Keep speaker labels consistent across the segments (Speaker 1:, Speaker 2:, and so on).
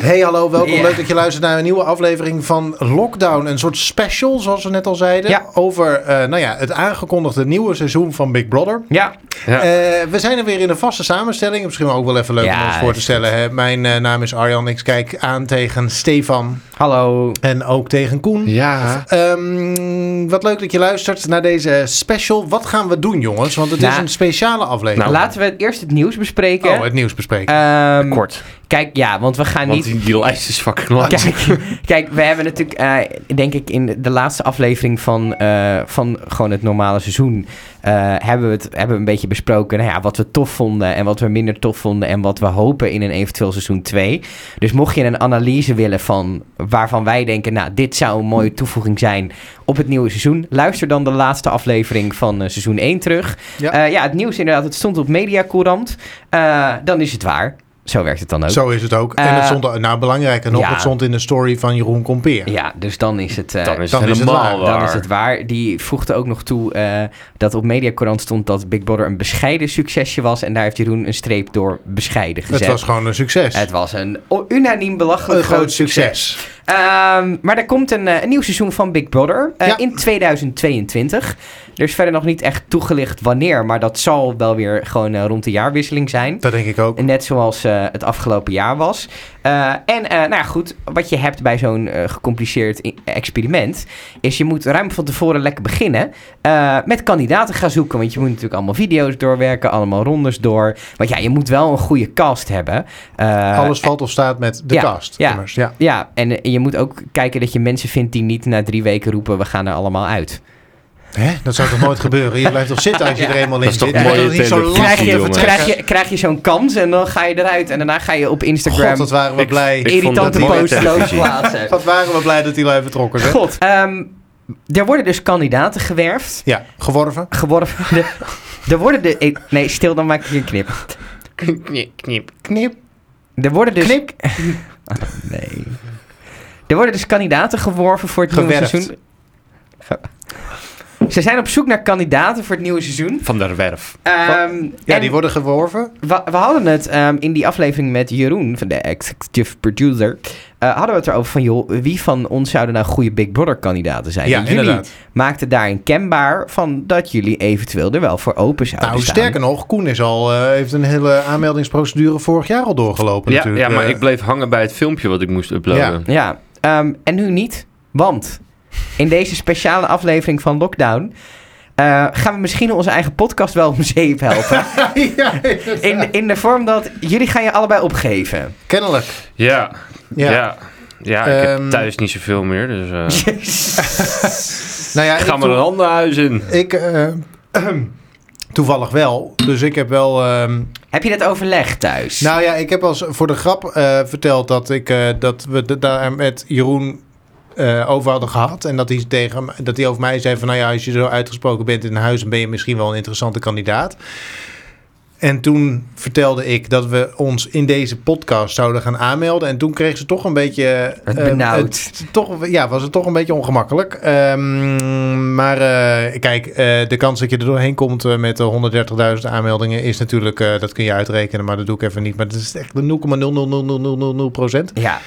Speaker 1: Hey hallo, welkom.
Speaker 2: Ja.
Speaker 1: Leuk dat je luistert naar een nieuwe aflevering van Lockdown. Een soort special, zoals we net al zeiden,
Speaker 2: Ja.
Speaker 1: over eh, nou ja, het aangekondigde nieuwe seizoen van Big Brother.
Speaker 2: Ja.
Speaker 3: Ja.
Speaker 1: Eh, we zijn er weer in een vaste samenstelling. Misschien ook wel even leuk om
Speaker 2: Ja,
Speaker 1: ons voor te
Speaker 2: is
Speaker 1: stellen. Hè. Mijn eh, naam is Arjan. Ik kijk aan tegen Stefan
Speaker 2: Hallo.
Speaker 1: en ook tegen Koen.
Speaker 3: Ja.
Speaker 1: Ehm, wat leuk dat je luistert naar deze special. Wat gaan we doen, jongens? Want het is
Speaker 2: Nou.
Speaker 1: een speciale aflevering.
Speaker 2: Laten we eerst het nieuws bespreken.
Speaker 1: Nou. Oh, het nieuws bespreken.
Speaker 2: Ehm,
Speaker 3: Kort.
Speaker 2: Kijk, ja, want we gaan
Speaker 3: Want
Speaker 2: niet...
Speaker 3: die, die lijst is fucking
Speaker 1: Oh,
Speaker 3: lang.
Speaker 2: Kijk, kijk, we hebben natuurlijk, eh, denk ik, in de laatste aflevering van, eh, van gewoon het normale seizoen... eh, hebben, we het, hebben we een beetje besproken nou ja, wat we tof vonden en wat we minder tof vonden... en wat we hopen in een eventueel seizoen 2. Dus mocht je een analyse willen van waarvan wij denken... nou, dit zou een mooie toevoeging zijn op het nieuwe seizoen... luister dan de laatste aflevering van eh, seizoen 1 terug.
Speaker 1: Ja.
Speaker 2: Ja. ja, het nieuws inderdaad, het stond op Mediacourant. Eh, dan is het waar. Zo werkt het dan ook.
Speaker 1: Zo is het ook. en
Speaker 2: Eh,
Speaker 1: het stond, nou belangrijker nog,
Speaker 2: ja.
Speaker 1: het stond in de story van Jeroen Kompeer.
Speaker 2: Ja, dus dan is het... eh,
Speaker 3: Dan is
Speaker 1: dan
Speaker 3: het
Speaker 1: is het
Speaker 3: helemaal
Speaker 1: waar.
Speaker 3: waar.
Speaker 2: Dan is het waar. Die voegde ook nog toe eh, dat op Mediacorant stond dat Big Brother een bescheiden succesje was. En daar heeft Jeroen een streep door bescheiden gezet.
Speaker 1: Het was gewoon een succes.
Speaker 2: Het was een o- unaniem belachelijk
Speaker 1: een groot succes.
Speaker 2: Ehm, maar er komt een, eh, een nieuw seizoen van Big Brother eh,
Speaker 1: Ja.
Speaker 2: in 2022. Er is verder nog niet echt toegelicht wanneer, maar dat zal wel weer gewoon eh, rond de jaarwisseling zijn.
Speaker 1: Dat denk ik ook.
Speaker 2: Net zoals eh, het afgelopen jaar was. Eh, en eh, nou ja, goed, wat je hebt bij zo'n eh, gecompliceerd i- experiment... is je moet ruim van tevoren lekker beginnen... eh, met kandidaten gaan zoeken. Want je moet natuurlijk allemaal video's doorwerken, allemaal rondes door. Want ja, je moet wel een goede cast hebben. Eh,
Speaker 1: Alles valt of staat met de
Speaker 2: ja,
Speaker 1: cast.
Speaker 2: ja.
Speaker 1: immers. ja.
Speaker 2: Ja, en eh, je moet ook kijken dat je mensen vindt die niet na drie weken roepen... we gaan er allemaal uit.
Speaker 1: Hè? Dat zou toch nooit gebeuren? Je blijft toch zitten als je er eenmaal in
Speaker 3: Dat is toch
Speaker 1: zit? Je
Speaker 3: mooie
Speaker 1: bent niet zo lastig
Speaker 3: televisie,
Speaker 2: Krijg
Speaker 1: te
Speaker 2: je,
Speaker 3: jongens.
Speaker 1: vertrekken.
Speaker 2: krijg je, krijg je zo'n kans en dan ga je eruit. En daarna ga je op Instagram
Speaker 1: God, dat waren we
Speaker 3: Ik-
Speaker 1: blij.
Speaker 3: ik- vond
Speaker 2: irritante
Speaker 3: dat mooie
Speaker 2: posts
Speaker 3: televisie.
Speaker 2: plaatsen.
Speaker 1: Wat waren we blij dat die lui vertrokken zijn.
Speaker 2: God. Ehm, er worden dus kandidaten gewerfd.
Speaker 1: Ja, geworven.
Speaker 2: Geworven. De- er worden de. eh, Nee, stil, dan maak ik een knip.
Speaker 3: Knip, knip.
Speaker 1: Knip.
Speaker 2: Er worden dus. Knip. nee. Er worden dus kandidaten geworven voor het nieuwe
Speaker 1: Gewerfd.
Speaker 2: seizoen. Ge- Ze zijn op zoek naar kandidaten voor het nieuwe seizoen.
Speaker 3: Van der Werf.
Speaker 2: Ehm,
Speaker 1: Ja,
Speaker 2: en
Speaker 1: die worden geworven.
Speaker 2: we, we hadden het ehm, in die aflevering met Jeroen, van de executive producer. eh, hadden we het erover van, joh, wie van ons zouden nou goede Big Brother kandidaten zijn?
Speaker 1: Ja,
Speaker 2: En jullie Oh,
Speaker 1: inderdaad.
Speaker 2: maakte daarin kenbaar van dat jullie eventueel er wel voor open zouden
Speaker 1: Nou,
Speaker 2: staan.
Speaker 1: sterker nog, Koen is al, eh, heeft een hele aanmeldingsprocedure vorig jaar al doorgelopen
Speaker 3: Ja,
Speaker 1: natuurlijk.
Speaker 3: ja, maar
Speaker 1: Eh,
Speaker 3: ik bleef hangen bij het filmpje wat ik moest uploaden.
Speaker 2: Ja, ehm, en nu niet, want in deze speciale aflevering van Lockdown eh, gaan we misschien onze eigen podcast wel om zeep helpen.
Speaker 1: ja,
Speaker 2: In, in de vorm dat jullie gaan je allebei opgeven.
Speaker 1: kennelijk.
Speaker 3: Ja,
Speaker 1: Ja.
Speaker 3: ja. ja. ik
Speaker 1: Ehm,
Speaker 3: heb thuis niet zoveel meer, dus eh
Speaker 1: Nou ja, ik
Speaker 3: ga maar een ander huis in.
Speaker 1: Ik eh, toevallig wel. Dus ik heb wel. ehm,
Speaker 2: Heb je dat overlegd thuis?
Speaker 1: nou ja, ik heb als voor de grap eh, verteld dat ik eh, dat we het daar met Jeroen eh, over hadden gehad. En dat hij tegen hem- dat hij over mij zei van nou ja, als je zo uitgesproken bent in huis, dan ben je misschien wel een interessante kandidaat. En toen vertelde ik dat we ons in deze podcast zouden gaan aanmelden. En toen kreeg ze toch een beetje.
Speaker 2: Het
Speaker 1: eh,
Speaker 2: benauwd.
Speaker 1: het- toch, ja, was het toch een beetje ongemakkelijk. Ehm, maar eh, kijk, eh, de kans dat je er doorheen komt eh, met de 130.000 aanmeldingen is natuurlijk. eh, dat kun je uitrekenen, maar dat doe ik even niet. Maar dat is echt de 0,0000000 procent.
Speaker 2: ja,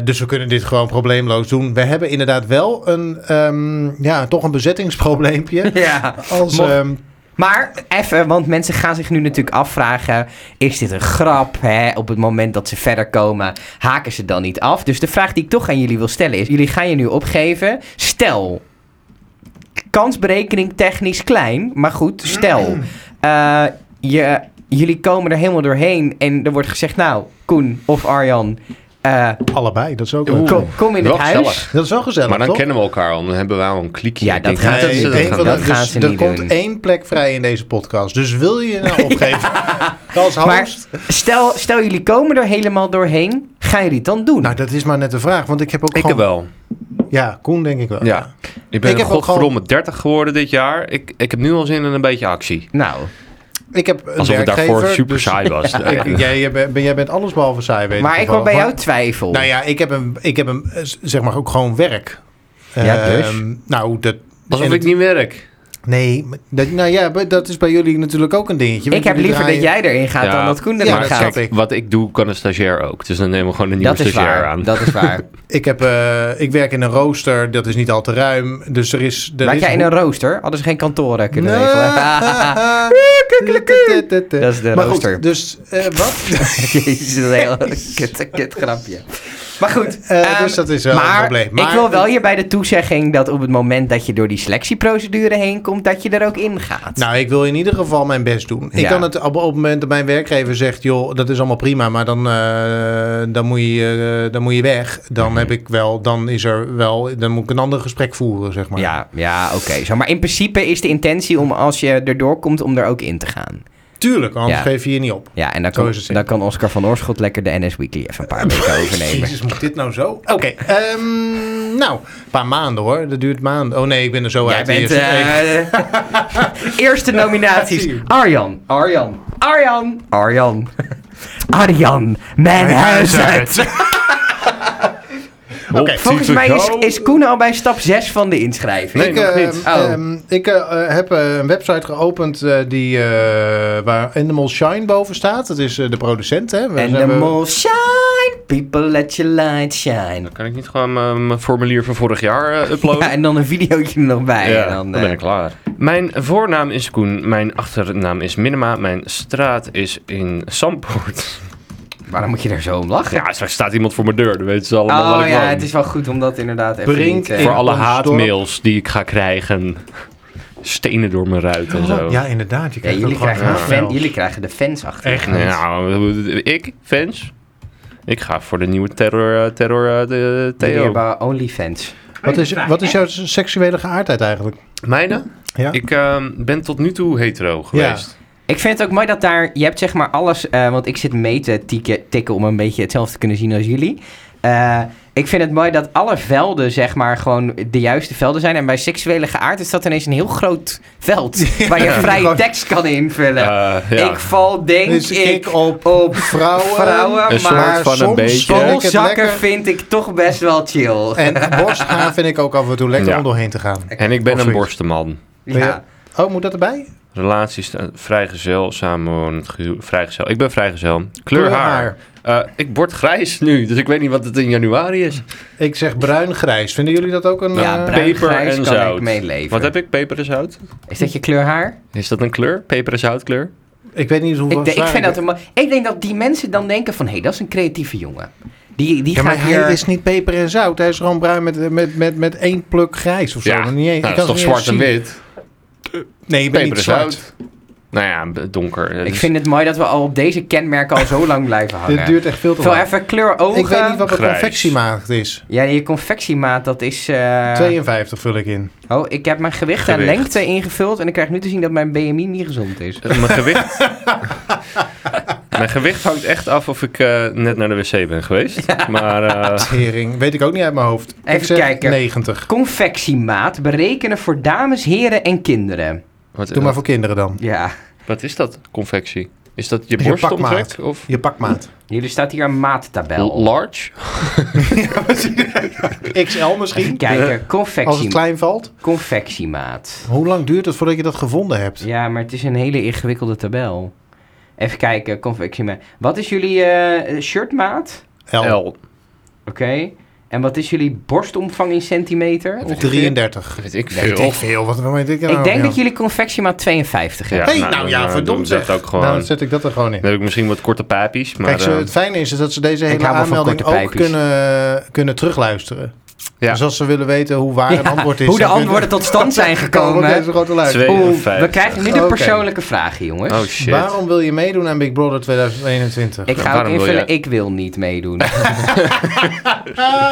Speaker 1: dus we kunnen dit gewoon probleemloos doen. We hebben inderdaad wel een. ehm, ja, toch een bezettingsprobleempje.
Speaker 2: ja.
Speaker 1: Als.
Speaker 2: Mocht-
Speaker 1: ehm,
Speaker 2: Maar even, want mensen gaan zich nu natuurlijk afvragen: is dit een grap? Hè? Op het moment dat ze verder komen, haken ze dan niet af. Dus de vraag die ik toch aan jullie wil stellen is: jullie gaan je nu opgeven. Stel, kansberekening technisch klein, maar goed, stel, eh, je, jullie komen er helemaal doorheen en er wordt gezegd: nou, Koen of Arjan, eh,
Speaker 1: allebei, dat is ook.
Speaker 2: ko-
Speaker 1: leuk.
Speaker 2: kom, in het
Speaker 3: wel
Speaker 2: huis.
Speaker 3: gezellig.
Speaker 1: Dat is wel gezellig.
Speaker 3: Maar dan
Speaker 1: toch?
Speaker 3: kennen we elkaar al, dan hebben we al een klikje.
Speaker 2: Ja,
Speaker 3: Ik
Speaker 2: dat
Speaker 3: denk
Speaker 2: gaat-
Speaker 3: niet
Speaker 2: Nee,
Speaker 3: ze
Speaker 2: ik
Speaker 3: dat
Speaker 2: denk
Speaker 3: gaan
Speaker 2: wel
Speaker 3: doen.
Speaker 2: dat- gaan
Speaker 1: dus
Speaker 2: ze
Speaker 1: er
Speaker 2: niet
Speaker 1: komt
Speaker 2: doen.
Speaker 1: één plek vrij in deze podcast. Dus wil je je nou opgeven als host?
Speaker 2: Stel, stel, jullie komen er helemaal doorheen, gaan jullie het dan doen?
Speaker 1: Nou, dat is maar net de vraag. Want ik heb ook
Speaker 3: Ik
Speaker 1: gewoon...
Speaker 3: wel.
Speaker 1: Ja, Koen denk ik wel.
Speaker 3: Ja. Ik ben
Speaker 1: Ik heb ook
Speaker 3: godverdomme 30 geworden dit jaar. Ik, ik heb nu al zin in een beetje actie.
Speaker 2: nou.
Speaker 1: Ik heb een
Speaker 3: Alsof het
Speaker 1: werkgever.
Speaker 3: daarvoor super
Speaker 1: dus
Speaker 3: saai was.
Speaker 1: ik- jij, jij bent- jij bent alles behalve saai, weet
Speaker 2: Maar ik hoor
Speaker 1: wil
Speaker 2: bij jou twijfel.
Speaker 1: Nou ja, ik heb een, ik heb een eh, zeg maar ook gewoon werk.
Speaker 2: Ja, dus?
Speaker 1: Ehm, nou, dat...
Speaker 3: Alsof
Speaker 1: en
Speaker 3: ik
Speaker 1: het-
Speaker 3: niet werk.
Speaker 1: Nee, maar dat, nou ja, maar dat is bij jullie natuurlijk ook een dingetje. want
Speaker 2: ik heb
Speaker 1: jullie
Speaker 2: liever dat
Speaker 1: draaien-
Speaker 2: jij erin gaat
Speaker 3: Ja,
Speaker 2: dan dat Koen
Speaker 1: ja,
Speaker 2: erin
Speaker 1: dat
Speaker 2: gaat.
Speaker 1: snap
Speaker 2: Dat,
Speaker 1: ik.
Speaker 3: Wat ik doe, kan een stagiair ook. Dus dan nemen we gewoon een nieuwe
Speaker 2: is
Speaker 3: stagiair
Speaker 2: waar.
Speaker 3: aan.
Speaker 2: Dat is waar.
Speaker 1: Ik, heb, eh, ik werk in een rooster, dat is niet al te ruim. Dus er is... Er
Speaker 2: Maak
Speaker 1: is
Speaker 2: jij in een rooster? Hadden ze geen kantoren kunnen
Speaker 1: Nee.
Speaker 2: regelen. dat is de
Speaker 1: Maar
Speaker 2: rooster.
Speaker 1: goed, dus eh, wat?
Speaker 2: Jezus, dat is een heel kut, kut grapje. Maar goed.
Speaker 1: Eh,
Speaker 2: ehm,
Speaker 1: dus dat is wel een probleem.
Speaker 2: ik
Speaker 1: Maar-
Speaker 2: wil wel hierbij de toezegging dat op het moment dat je door die selectieprocedure heen komt, dat je er ook in gaat.
Speaker 1: Nou, ik wil in ieder geval mijn best doen. Ik
Speaker 2: Ja.
Speaker 1: kan het op, op het moment dat mijn werkgever zegt... joh, dat is allemaal prima, maar dan, eh, dan, moet, je, eh, dan moet je weg. Dan heb ik wel... Dan is er wel... Dan moet ik een ander gesprek voeren, zeg maar.
Speaker 2: ja, ja oké. zo. Maar in principe is de intentie om als je erdoor komt, om er ook in te gaan.
Speaker 1: Tuurlijk, anders
Speaker 2: Ja.
Speaker 1: geef je je niet op.
Speaker 2: Ja, en dan
Speaker 1: Zo
Speaker 2: kan,
Speaker 1: is het
Speaker 2: dan kan Oscar van Oorschot lekker de NS Weekly even een paar weken overnemen.
Speaker 1: Jezus, moet dit nou zo? Oké, ehm, nou, een paar maanden hoor. Dat duurt maanden. Oh nee, ik ben er zo
Speaker 2: Jij
Speaker 1: uit.
Speaker 2: bent...
Speaker 1: Eerst- Hey.
Speaker 2: eh, eerste nominaties.
Speaker 1: Zie je.
Speaker 2: Arjan. Arjan. Arjan. Arjan. Arjan. Mijn huis uit.
Speaker 1: Oké.
Speaker 2: Volgens mij is, is Koen al bij stap 6 van de inschrijving.
Speaker 3: Nee,
Speaker 1: ik
Speaker 3: nog
Speaker 1: eh,
Speaker 3: niet.
Speaker 2: Oh.
Speaker 1: ehm, ik eh, heb eh, een website geopend eh, die, eh, waar Animal Shine boven staat. Dat is eh, de producent. Hè? Waar
Speaker 2: And
Speaker 1: zijn
Speaker 2: the
Speaker 1: we-
Speaker 2: mall shine, people let your light shine.
Speaker 3: Dan kan ik niet gewoon mijn- mijn formulier van vorig jaar eh, uploaden.
Speaker 2: Ja, en dan een videootje er nog bij.
Speaker 3: Ja,
Speaker 2: en dan, eh,
Speaker 3: ben ik klaar. Mijn voornaam is Koen, mijn achternaam is Minima, mijn straat is in Sampoort.
Speaker 2: waarom moet je daar zo om lachen?
Speaker 3: Ja, straks staat iemand voor mijn deur, dan weten ze allemaal wat
Speaker 2: oh
Speaker 3: ik
Speaker 2: ja,
Speaker 3: woon.
Speaker 2: het is wel goed om dat inderdaad even
Speaker 1: Brink
Speaker 2: niet, eh,
Speaker 1: in-
Speaker 3: Voor alle
Speaker 1: ons
Speaker 3: haatmails die ik ga krijgen. Stenen door mijn ruit en zo.
Speaker 1: Oh, ja, inderdaad. Je
Speaker 2: Ja,
Speaker 1: krijgt
Speaker 2: jullie,
Speaker 1: ook gewoon eh,
Speaker 2: krijgen de
Speaker 1: een
Speaker 2: fan-
Speaker 1: spel.
Speaker 2: jullie krijgen de fans achter.
Speaker 1: Echt niet.
Speaker 3: Nou, ik, fans, ik ga voor de nieuwe terror, eh, terror eh, de, Theo.
Speaker 2: Meneer OnlyFans.
Speaker 1: Wat is, wat is jouw seksuele geaardheid eigenlijk?
Speaker 3: Mijne?
Speaker 1: Ja.
Speaker 3: Ik ehm, ben tot nu toe hetero geweest.
Speaker 2: Ik vind het ook mooi dat daar... Je hebt zeg maar alles... eh, want ik zit mee te tikken, tikken om een beetje hetzelfde te kunnen zien als jullie. Eh, ik vind het mooi dat alle velden zeg maar gewoon de juiste velden zijn. En bij seksuele geaard is dat ineens een heel groot veld. Waar je vrije
Speaker 1: Gewoon-
Speaker 2: tekst kan invullen.
Speaker 3: Eh, ja.
Speaker 2: Ik val denk
Speaker 1: Dus
Speaker 2: ik,
Speaker 1: ik op
Speaker 2: op
Speaker 1: Vrouwen.
Speaker 2: vrouwen,
Speaker 3: Een soort
Speaker 2: maar
Speaker 3: van een
Speaker 1: soms
Speaker 3: beetje.
Speaker 1: vind ik het
Speaker 2: bolzakken
Speaker 1: lekker.
Speaker 2: vind ik toch best wel chill.
Speaker 1: En borstgaan vind ik ook af en toe lekker
Speaker 3: Ja.
Speaker 1: om doorheen te gaan.
Speaker 3: En ik ben
Speaker 1: Of
Speaker 3: een
Speaker 1: zoiets.
Speaker 3: borstenman.
Speaker 2: ja.
Speaker 1: Oh, moet dat erbij?
Speaker 3: Relaties, eh, vrijgezel, samenwonend, gehuw- vrijgezel. Ik ben vrijgezel. Kleur haar. Eh, ik word grijs nu, dus ik weet niet wat het in januari is.
Speaker 1: Ik zeg bruin-grijs. Vinden jullie dat ook een...
Speaker 2: Ja,
Speaker 1: eh,
Speaker 2: bruin,
Speaker 3: peper
Speaker 2: grijs
Speaker 3: en
Speaker 2: kan
Speaker 3: zout.
Speaker 2: ik meeleven.
Speaker 3: Wat heb ik? Peper en zout?
Speaker 2: Is dat je kleur haar?
Speaker 3: Is dat een kleur? Peper en zoutkleur?
Speaker 1: Ik weet niet hoeveel
Speaker 2: Ik, denk- ik,
Speaker 1: zwaar
Speaker 2: vind dat een mo- ik denk dat die mensen dan denken van... hé, hey, dat is een creatieve jongen. Die, die
Speaker 1: Ja, maar
Speaker 2: gaat hier...
Speaker 1: hij is niet peper en zout. Hij is gewoon bruin met, met, met, met één pluk grijs of zo.
Speaker 3: Ja,
Speaker 1: Maar niet, ik
Speaker 3: Nou,
Speaker 1: kan
Speaker 3: dat is
Speaker 1: het
Speaker 3: toch
Speaker 1: niet
Speaker 3: zwart en
Speaker 1: eens zien.
Speaker 3: wit?
Speaker 1: Nee, ik ben
Speaker 3: Peper
Speaker 1: niet
Speaker 3: en
Speaker 1: zwart.
Speaker 3: zout. Nou ja, donker. Dus
Speaker 2: Ik vind het mooi dat we al op deze kenmerken al zo lang blijven
Speaker 1: Dit
Speaker 2: hangen.
Speaker 1: duurt echt veel te
Speaker 2: Veel
Speaker 1: lang.
Speaker 2: even kleur ogen.
Speaker 1: Ik weet niet wat mijn
Speaker 3: Oh, Grijs.
Speaker 1: confectiemaat is.
Speaker 2: Ja, je confectiemaat, dat is... eh,
Speaker 1: 52 vul ik in.
Speaker 2: Oh, ik heb mijn gewicht, en
Speaker 3: Gewicht.
Speaker 2: lengte ingevuld... en ik krijg nu te zien dat mijn BMI niet gezond is.
Speaker 3: Mijn gewicht... Mijn gewicht hangt echt af of ik eh, net naar de wc ben geweest. Maar eh,
Speaker 1: Tering. Weet ik ook niet uit mijn hoofd. ik
Speaker 2: Even
Speaker 1: zeg
Speaker 2: kijken.
Speaker 1: 90.
Speaker 2: Confectiemaat berekenen voor dames, heren en kinderen.
Speaker 3: wat,
Speaker 1: Doe maar voor kinderen dan.
Speaker 2: Ja,
Speaker 3: wat is dat, confectie? Is dat je
Speaker 1: Je
Speaker 3: borstomtrek?
Speaker 1: pakmaat.
Speaker 3: Of
Speaker 1: Je pakmaat.
Speaker 2: jullie staat hier een maattabel.
Speaker 3: large?
Speaker 1: XL
Speaker 2: Even
Speaker 1: misschien.
Speaker 2: kijken,
Speaker 1: Als het
Speaker 2: confectie,
Speaker 1: klein valt.
Speaker 2: confectiemaat.
Speaker 1: Hoe lang duurt het voordat je dat gevonden hebt?
Speaker 2: Ja, maar het is een hele ingewikkelde tabel. Even kijken, confectiemaat. Wat is jullie eh, shirtmaat?
Speaker 1: L.
Speaker 3: L.
Speaker 2: Oké. En wat is jullie borstomvang in centimeter? ongeveer?
Speaker 1: 33.
Speaker 3: Weet ik
Speaker 1: Weet
Speaker 3: veel.
Speaker 1: ik veel. Wat, wat weet ik nou?
Speaker 2: Ik denk dat
Speaker 1: Ja.
Speaker 2: jullie confectiemaat 52 hebben.
Speaker 1: Hey, nou
Speaker 3: dan,
Speaker 1: ja,
Speaker 3: eh,
Speaker 1: verdomd
Speaker 3: doe ik
Speaker 1: zeg.
Speaker 3: Dat ook gewoon.
Speaker 1: Nou, dan zet ik dat er gewoon in.
Speaker 3: Dan heb ik misschien wat korte papies, maar...
Speaker 1: Kijk, ze-
Speaker 3: eh,
Speaker 1: het fijne is dat ze deze hele
Speaker 2: hou wel van
Speaker 1: aanmelding
Speaker 2: korte
Speaker 1: ook
Speaker 2: pijpjes.
Speaker 1: kunnen, eh, kunnen terugluisteren.
Speaker 3: Ja.
Speaker 1: Dus als ze willen weten hoe waar het
Speaker 2: Ja,
Speaker 1: antwoord is...
Speaker 2: hoe de
Speaker 1: dan
Speaker 2: antwoorden tot stand zijn
Speaker 1: komen we
Speaker 2: gekomen.
Speaker 1: deze grote luisteren.
Speaker 3: Twee-
Speaker 2: Oeh, we
Speaker 3: 52.
Speaker 2: krijgen nu de
Speaker 1: Oké.
Speaker 2: persoonlijke vragen, jongens.
Speaker 3: Oh shit.
Speaker 1: Waarom wil je meedoen aan Big Brother 2021?
Speaker 2: ik ga ook
Speaker 3: Waarom wil
Speaker 2: invullen,
Speaker 3: jij-
Speaker 2: ik wil niet meedoen.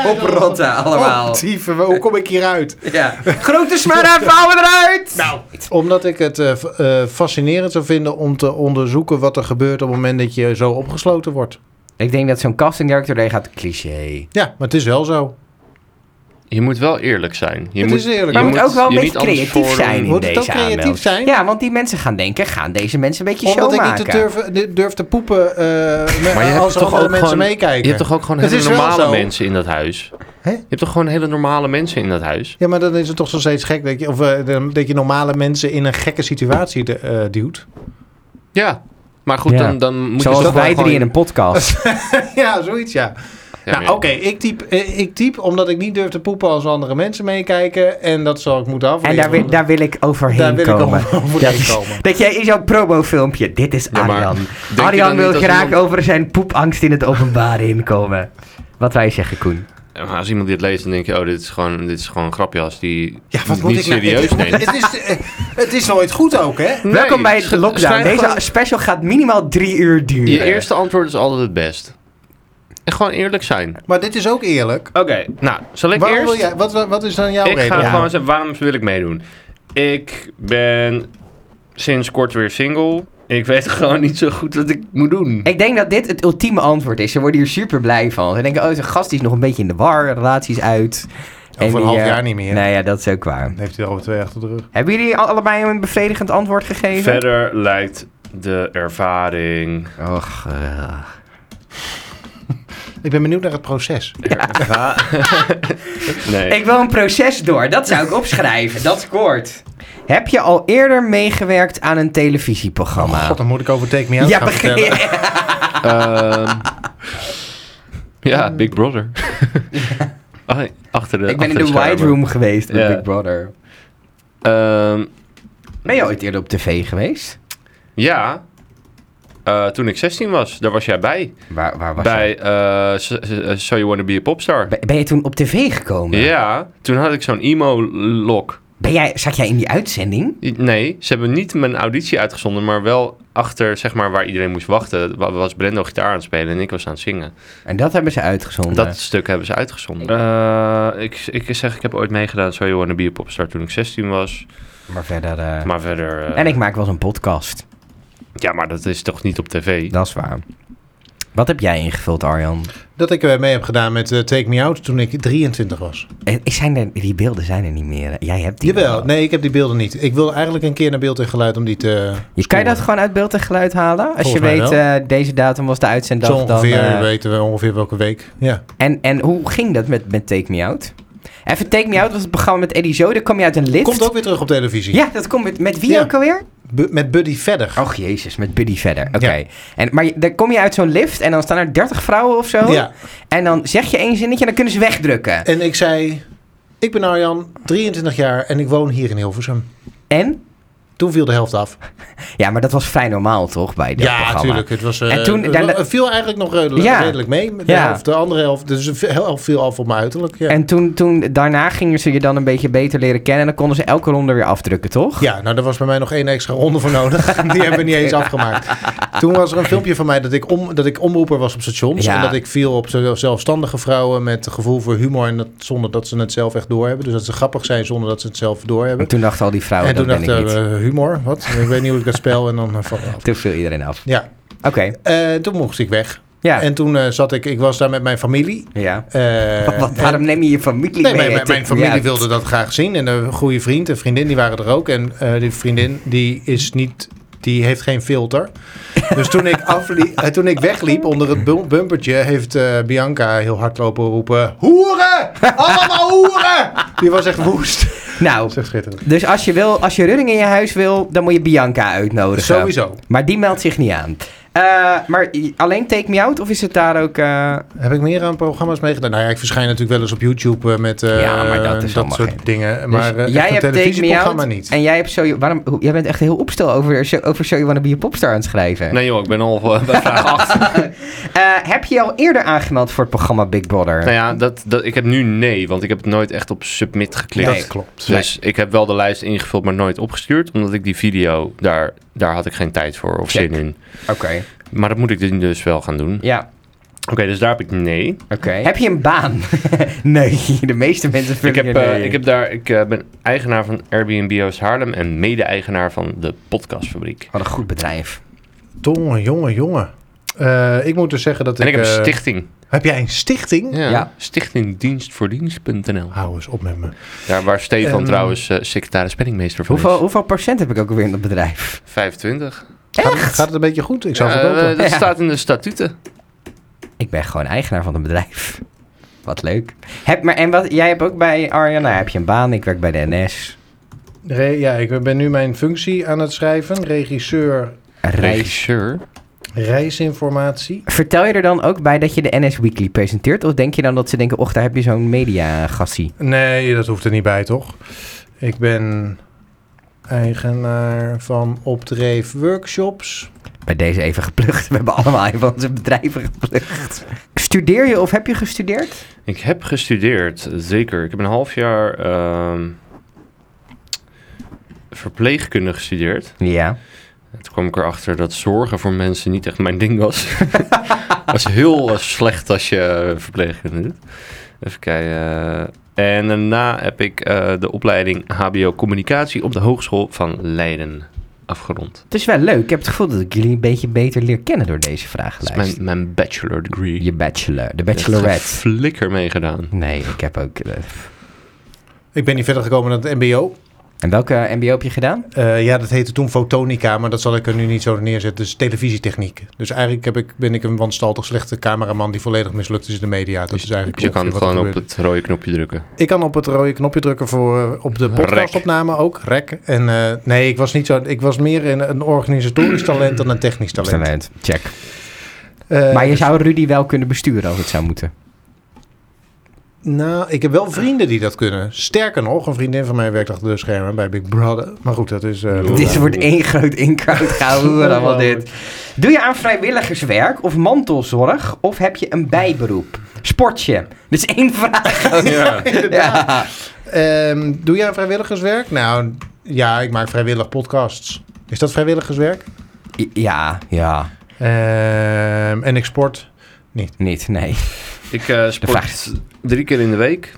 Speaker 2: Oprotten allemaal.
Speaker 1: Oh, dieven, hoe kom ik hieruit?
Speaker 2: Ja. Grote smaar aan, vouwen eruit! Nou.
Speaker 1: Omdat ik het eh, f- eh, fascinerend zou vinden om te onderzoeken wat er gebeurt op het moment dat je zo opgesloten wordt.
Speaker 2: Ik denk dat zo'n casting director daar gaat cliché.
Speaker 1: Ja, maar het is wel zo.
Speaker 3: Je moet wel eerlijk zijn. Je
Speaker 1: Het
Speaker 3: moet,
Speaker 1: is eerlijk.
Speaker 2: Maar
Speaker 1: Je
Speaker 2: je moet ook wel een
Speaker 3: je
Speaker 2: beetje
Speaker 3: niet anders
Speaker 2: creatief
Speaker 3: voordoen.
Speaker 2: zijn in
Speaker 1: Moet
Speaker 2: deze
Speaker 1: het ook creatief
Speaker 2: aanmelding.
Speaker 1: zijn?
Speaker 2: Ja, want die mensen gaan denken, gaan deze mensen een beetje
Speaker 1: Omdat ik
Speaker 2: showmaken?
Speaker 1: niet te durf, de- durf te poepen eh, me-
Speaker 3: Maar je hebt
Speaker 1: als er
Speaker 3: toch
Speaker 1: andere
Speaker 3: ook
Speaker 1: mensen
Speaker 3: gewoon-
Speaker 1: meekijken.
Speaker 3: Je hebt toch ook gewoon
Speaker 1: Het
Speaker 3: hele
Speaker 1: is wel
Speaker 3: normale
Speaker 1: zo.
Speaker 3: mensen in dat huis?
Speaker 1: Hè?
Speaker 3: Je hebt toch gewoon hele normale mensen in dat huis?
Speaker 1: Ja, maar dan is het toch zo steeds gek dat je, of, eh, dan- dat je normale mensen in een gekke situatie de- eh, duwt.
Speaker 3: Ja. Maar goed,
Speaker 2: Ja.
Speaker 3: dan, dan moet je
Speaker 2: Zoals
Speaker 3: toch
Speaker 2: wij
Speaker 3: wel
Speaker 2: drie
Speaker 3: gewoon-
Speaker 2: in een podcast.
Speaker 1: ja, zoiets ja.
Speaker 3: Ja,
Speaker 1: nou
Speaker 3: maar-
Speaker 1: oké, ik, typ, eh, ik typ omdat ik niet durf te poepen als andere mensen meekijken. En dat zal ik moeten
Speaker 2: en
Speaker 1: afleveren.
Speaker 2: daar wil, daar wil ik overheen
Speaker 1: Daar wil ik
Speaker 2: komen.
Speaker 1: over- overheen
Speaker 2: dat, is-
Speaker 1: komen.
Speaker 2: dat jij in jouw promofilmpje, dit is
Speaker 3: Ja, maar
Speaker 2: Arjan.
Speaker 3: denk je
Speaker 2: Arjan
Speaker 3: dan
Speaker 2: wil
Speaker 3: niet als
Speaker 2: graag
Speaker 3: iemand-
Speaker 2: over zijn poepangst in het openbaar inkomen. Wat wij zeggen, Koen.
Speaker 3: Ja, maar als iemand dit leest, dan denk je, oh, dit is gewoon, dit is gewoon een grapje als die
Speaker 1: Ja, wat
Speaker 3: het
Speaker 1: moet
Speaker 3: niet
Speaker 1: ik nou-
Speaker 3: serieus
Speaker 1: het-
Speaker 3: neemt.
Speaker 1: Het is, eh, het is nooit goed ook, hè?
Speaker 3: Nee,
Speaker 2: Welkom bij
Speaker 3: sch-
Speaker 2: de lockdown.
Speaker 3: schrijf
Speaker 2: Deze
Speaker 3: gewoon-
Speaker 2: special gaat minimaal drie uur duren.
Speaker 3: Je eerste antwoord is altijd het best. En gewoon eerlijk zijn.
Speaker 1: Maar dit is ook eerlijk.
Speaker 3: Oké, nou, zal ik
Speaker 1: Waarom
Speaker 3: eerst?
Speaker 1: wil jij, wat, wat- wat is dan jouw
Speaker 3: ik
Speaker 1: reden?
Speaker 3: ga
Speaker 2: Ja.
Speaker 3: gewoon zeggen, waarom wil ik meedoen? Ik ben sinds kort weer single. Ik weet gewoon niet zo goed wat ik moet doen.
Speaker 2: Ik denk dat dit het ultieme antwoord is. Ze worden hier super blij van. Ze denken, oh, zo'n gast die is nog een beetje in de war, relaties uit. En
Speaker 1: Over een
Speaker 2: die,
Speaker 1: half
Speaker 2: eh,
Speaker 1: jaar niet meer.
Speaker 2: Nou ja, dat is ook waar.
Speaker 1: Dan heeft hij er over twee achter de rug.
Speaker 2: Hebben jullie al- allebei een bevredigend antwoord gegeven?
Speaker 3: Verder lijkt de ervaring...
Speaker 2: Och, eh.
Speaker 1: Ik ben benieuwd naar het proces.
Speaker 3: Erva- nee.
Speaker 2: Ik wil een proces door. Dat zou ik opschrijven. Dat scoort. Heb je al eerder meegewerkt aan een televisieprogramma?
Speaker 1: God, dan moet ik over Take Me Out
Speaker 2: ja,
Speaker 1: gaan
Speaker 2: begin.
Speaker 1: vertellen.
Speaker 3: Ehm, ja, Big Brother. Ah, achter de,
Speaker 2: Ik ben in
Speaker 3: achter
Speaker 2: de
Speaker 3: schermen.
Speaker 2: White Room geweest met
Speaker 3: Ja.
Speaker 2: Big Brother.
Speaker 3: Ehm,
Speaker 2: Ben je ooit eerder op tv geweest?
Speaker 3: ja, Eh, toen ik 16 was, daar was jij bij.
Speaker 2: Waar, waar was je?
Speaker 3: bij eh, S- S- So You Wanna Be a Popstar.
Speaker 2: Ben- Ben je toen op tv gekomen?
Speaker 3: Ja, toen had ik zo'n emo-lok.
Speaker 2: Ben jij, zat jij in die uitzending?
Speaker 3: Nee, ze hebben niet mijn auditie uitgezonden, maar wel achter, zeg maar, waar iedereen moest wachten. wa- Was Brendo gitaar aan het spelen en ik was aan het zingen.
Speaker 2: En dat hebben ze uitgezonden.
Speaker 3: Dat stuk hebben ze uitgezonden. Eh, ik, ik zeg, ik heb ooit meegedaan So You Wanna Be a Popstar toen ik 16 was.
Speaker 2: Maar verder... eh,
Speaker 3: Maar verder... eh,
Speaker 2: En ik maak wel eens een podcast.
Speaker 3: Ja, maar dat is toch niet op tv?
Speaker 2: Dat is waar. Wat heb jij ingevuld, Arjan?
Speaker 1: Dat ik eh, mee heb gedaan met eh, Take Me Out toen ik 23 was.
Speaker 2: Eh, Zijn er, die beelden zijn er niet meer. hè? Jij hebt die
Speaker 1: Jawel,
Speaker 2: wel.
Speaker 1: nee, ik heb die beelden niet. Ik wil eigenlijk een keer naar beeld en geluid om die te...
Speaker 2: Je kan je dat gewoon uit beeld en geluid halen? Als
Speaker 1: Volgens
Speaker 2: je
Speaker 1: mij
Speaker 2: weet,
Speaker 1: wel.
Speaker 2: eh, deze datum was de uitzenddag.
Speaker 1: Zo ongeveer
Speaker 2: dan, eh,
Speaker 1: weten we ongeveer welke week. Ja.
Speaker 2: en, en hoe ging dat met, met Take Me Out? Even Take Me Out was het programma met Eddie Zo. Daar kwam je uit een lift.
Speaker 1: Komt ook weer terug op televisie.
Speaker 2: Ja, Oh, dat komt met, met wie
Speaker 1: Ja.
Speaker 2: ook alweer?
Speaker 1: Bu- met Buddy verder.
Speaker 2: Och jezus, met Buddy verder. Oké.
Speaker 1: Ja.
Speaker 2: En Maar je- dan kom je uit zo'n lift en dan staan er 30 vrouwen of zo.
Speaker 1: Ja.
Speaker 2: En dan zeg je één zinnetje en dan kunnen ze wegdrukken.
Speaker 1: En ik zei, ik ben Arjan, 23 jaar en ik woon hier in Hilversum.
Speaker 2: En?
Speaker 1: Toen viel de helft af.
Speaker 2: Ja, maar dat was vrij normaal toch bij dat
Speaker 1: Ja,
Speaker 2: programma?
Speaker 1: natuurlijk. Het was, eh,
Speaker 2: En toen-
Speaker 1: het
Speaker 2: daarna-
Speaker 1: wa- het viel eigenlijk nog redelijk,
Speaker 2: Ja.
Speaker 1: redelijk mee. De,
Speaker 2: Ja.
Speaker 1: helft, de andere helft, dus de helft viel af op mijn uiterlijk. Ja,
Speaker 2: En toen, toen, daarna gingen ze je dan een beetje beter leren kennen. En dan konden ze elke ronde weer afdrukken, toch?
Speaker 1: ja nou, daar was bij mij nog één extra ronde voor nodig. Die hebben we niet eens afgemaakt. Toen was er een filmpje van mij dat ik, om, dat ik omroeper was op stations.
Speaker 2: Ja.
Speaker 1: En dat ik viel op zo- zelfstandige vrouwen met een gevoel voor humor. En dat, zonder dat ze het zelf echt doorhebben. Dus dat ze grappig zijn zonder dat ze het zelf doorhebben.
Speaker 2: En toen dachten al die vrouwen,
Speaker 1: en toen
Speaker 2: dat ben
Speaker 1: dacht
Speaker 2: ik
Speaker 1: ik,
Speaker 2: niet.
Speaker 1: eh, humor, wat? Ik weet niet hoe ik dat spel en dan eh, val ik af.
Speaker 2: Toen viel iedereen af.
Speaker 1: Ja,
Speaker 2: Oké,
Speaker 1: Eh, toen mocht ik weg.
Speaker 2: ja.
Speaker 1: En toen eh, zat ik, ik was daar met mijn familie.
Speaker 2: ja.
Speaker 1: Eh,
Speaker 2: Want waarom neem je je familie
Speaker 1: Nee,
Speaker 2: mee?
Speaker 1: mijn,
Speaker 2: hè?
Speaker 1: mijn, mijn
Speaker 2: Ja.
Speaker 1: familie wilde dat graag zien. En een goede vriend en vriendin, die waren er ook. En eh, die vriendin, die is niet... Die heeft geen filter. Dus toen ik, aflie, eh, toen ik wegliep onder het bum- bumpertje... heeft eh, Bianca heel hard lopen roepen... Hoeren! Allemaal hoeren! Die was echt woest. Dat
Speaker 2: Nou,
Speaker 1: is echt schitterend.
Speaker 2: dus als je, wil, als je Running in je huis wil, dan moet je Bianca uitnodigen.
Speaker 1: Sowieso.
Speaker 2: Maar die meldt zich niet aan. Eh, maar i- alleen Take Me Out of is het daar ook... eh,
Speaker 1: Heb ik meer aan programma's meegedaan? Nou ja, ik verschijn natuurlijk wel eens op YouTube eh, met eh,
Speaker 2: Ja, maar dat is allemaal
Speaker 1: soort
Speaker 2: geen-
Speaker 1: dingen.
Speaker 2: dus
Speaker 1: Maar eh,
Speaker 2: jij
Speaker 1: echt een
Speaker 2: hebt Take Me
Speaker 1: televisieprogramma
Speaker 2: Out
Speaker 1: niet.
Speaker 2: en jij hebt zo... Waarom, hoe- jij bent echt heel opstel over, zo- over So You Wanna Be A Popstar aan het schrijven.
Speaker 3: Nee joh, ik ben al eh, bij vraag 8.
Speaker 2: Eh, heb je je al eerder aangemeld voor het programma Big Brother?
Speaker 3: nou ja, dat, dat, ik heb nu nee, want ik heb nooit echt op submit geklikt.
Speaker 2: Nee.
Speaker 1: Dat klopt.
Speaker 3: Dus ik heb wel de lijst ingevuld, maar nooit opgestuurd. Omdat ik die video, daar, daar had ik geen tijd voor of
Speaker 2: Check.
Speaker 3: zin in.
Speaker 2: Oké.
Speaker 3: Maar dat moet ik nu dus wel gaan doen.
Speaker 2: Ja,
Speaker 3: Oké, dus daar heb ik nee.
Speaker 2: oké. Heb je een baan? nee, de meeste mensen
Speaker 3: Ik
Speaker 2: vinden
Speaker 3: heb,
Speaker 2: nee.
Speaker 3: eh, ik heb daar, ik eh, ben eigenaar van Airbnb Oost Haarlem en mede-eigenaar van de podcastfabriek.
Speaker 2: Wat een goed bedrijf.
Speaker 1: Jongen, jongen, jongen. Eh, ik moet dus zeggen dat
Speaker 3: En ik heb
Speaker 1: eh,
Speaker 3: een stichting.
Speaker 1: Heb jij een stichting?
Speaker 3: Ja,
Speaker 2: Ja.
Speaker 3: stichtingdienstvoordienst.nl.
Speaker 1: Hou eens op met me.
Speaker 3: Ja, waar Stefan
Speaker 1: Ehm,
Speaker 3: trouwens eh, secretaris penningmeester van
Speaker 2: Hoeveel,
Speaker 3: is.
Speaker 2: hoeveel procent heb ik ook alweer in dat bedrijf?
Speaker 3: 25.
Speaker 1: Gaat, gaat het een beetje goed? Ik zou
Speaker 3: Ja,
Speaker 1: verkopen.
Speaker 3: eh, dat
Speaker 2: Ja.
Speaker 3: staat in de statuten.
Speaker 2: Ik ben gewoon eigenaar van een bedrijf. Wat leuk. Heb, maar, en wat, jij hebt ook bij Arjana heb je een baan. Ik werk bij de NS.
Speaker 1: Re- ja, ik ben nu mijn functie aan het schrijven. Regisseur
Speaker 2: Reis.
Speaker 3: Regisseur.
Speaker 1: reisinformatie.
Speaker 2: Vertel je er dan ook bij dat je de NS Weekly presenteert? Of denk je dan dat ze denken, och, daar heb je zo'n mediagassie?
Speaker 1: Nee, dat hoeft er niet bij, toch? Ik ben eigenaar van Opdreef Workshops.
Speaker 2: Bij deze even geplukt. We hebben allemaal even onze bedrijven geplukt. Studeer je of heb je gestudeerd?
Speaker 3: Ik heb gestudeerd, zeker. Ik heb een half jaar ehm, verpleegkunde gestudeerd.
Speaker 2: Ja.
Speaker 3: En Toen kwam ik erachter dat zorgen voor mensen niet echt mijn ding was. dat is heel eh, slecht als je eh, verpleegkunde doet. Even kijken. eh. En daarna heb ik eh, de opleiding HBO Communicatie op de Hogeschool van Leiden afgerond.
Speaker 2: Het is wel leuk. Ik heb het gevoel dat ik jullie een beetje beter leer kennen door deze
Speaker 3: Dat is
Speaker 2: vragenlijst.
Speaker 3: mijn, mijn bachelor degree.
Speaker 2: Je bachelor, de
Speaker 3: Echt
Speaker 2: bachelorette.
Speaker 3: flikker meegedaan.
Speaker 2: Nee, ik heb ook... eh,
Speaker 1: Ik ben niet verder gekomen dan het MBO.
Speaker 2: En welke mbo heb je gedaan?
Speaker 1: Eh, ja, dat heette toen fotonica, maar dat zal ik er nu niet zo neerzetten. Dus televisietechniek. Dus eigenlijk heb ik, ben ik een wanstaltig slechte cameraman die volledig mislukt is in de media. Dat is eigenlijk
Speaker 3: Dus je kan
Speaker 1: ongeveer wat er
Speaker 3: gewoon op
Speaker 1: gebeurde.
Speaker 3: het rode knopje drukken.
Speaker 1: Ik kan op het rode knopje drukken voor eh, op de
Speaker 3: Rek.
Speaker 1: podcastopname ook. Rek. En eh, nee, ik was niet zo. Ik was meer een, een organisatorisch talent dan een technisch talent.
Speaker 2: Talent. dus- Check.
Speaker 1: Eh,
Speaker 2: Maar je zou Rudy wel kunnen besturen als het zou moeten.
Speaker 1: Nou, ik heb wel vrienden die dat kunnen. Sterker nog, een vriendin van mij werkt achter de schermen bij Big Brother. Maar goed, dat is. eh,
Speaker 3: Dit
Speaker 2: Dit
Speaker 1: Lola.
Speaker 2: wordt één groot inkoud gehouden allemaal dit. Doe je aan vrijwilligerswerk of mantelzorg of heb je een bijberoep? Sportje. Dus één vraag.
Speaker 3: Ja.
Speaker 2: Ja.
Speaker 1: Ehm, doe jij vrijwilligerswerk? Nou, ja, ik maak vrijwillig podcasts. Is dat vrijwilligerswerk?
Speaker 2: ja, ja.
Speaker 1: Ehm, en ik sport.
Speaker 2: Niet, nee.
Speaker 3: Ik eh,
Speaker 2: vraag is-
Speaker 3: sport drie keer in de week.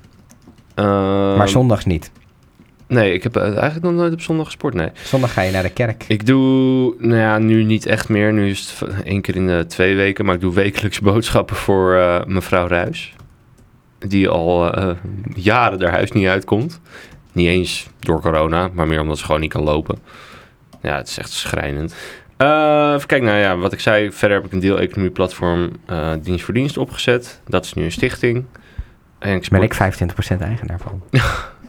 Speaker 3: Ehm,
Speaker 2: Maar zondags niet.
Speaker 3: Nee, ik heb eh, eigenlijk nog nooit op zondag gesport, nee.
Speaker 2: Zondag ga je naar de kerk.
Speaker 3: Ik doe, nou ja, nu niet echt meer. Nu is het v- één keer in de twee weken. Maar ik doe wekelijks boodschappen voor eh, mevrouw Ruis. Die al eh, jaren haar huis niet uitkomt. Niet eens door corona, maar meer omdat ze gewoon niet kan lopen. Ja, het is echt schrijnend. Eh, even kijken, nou ja, wat ik zei. Verder heb ik een deeleconomie platform eh, Dienst voor Dienst opgezet. Dat is nu een stichting. En ik
Speaker 2: Ben
Speaker 3: sport,
Speaker 2: ik 25% eigenaar van.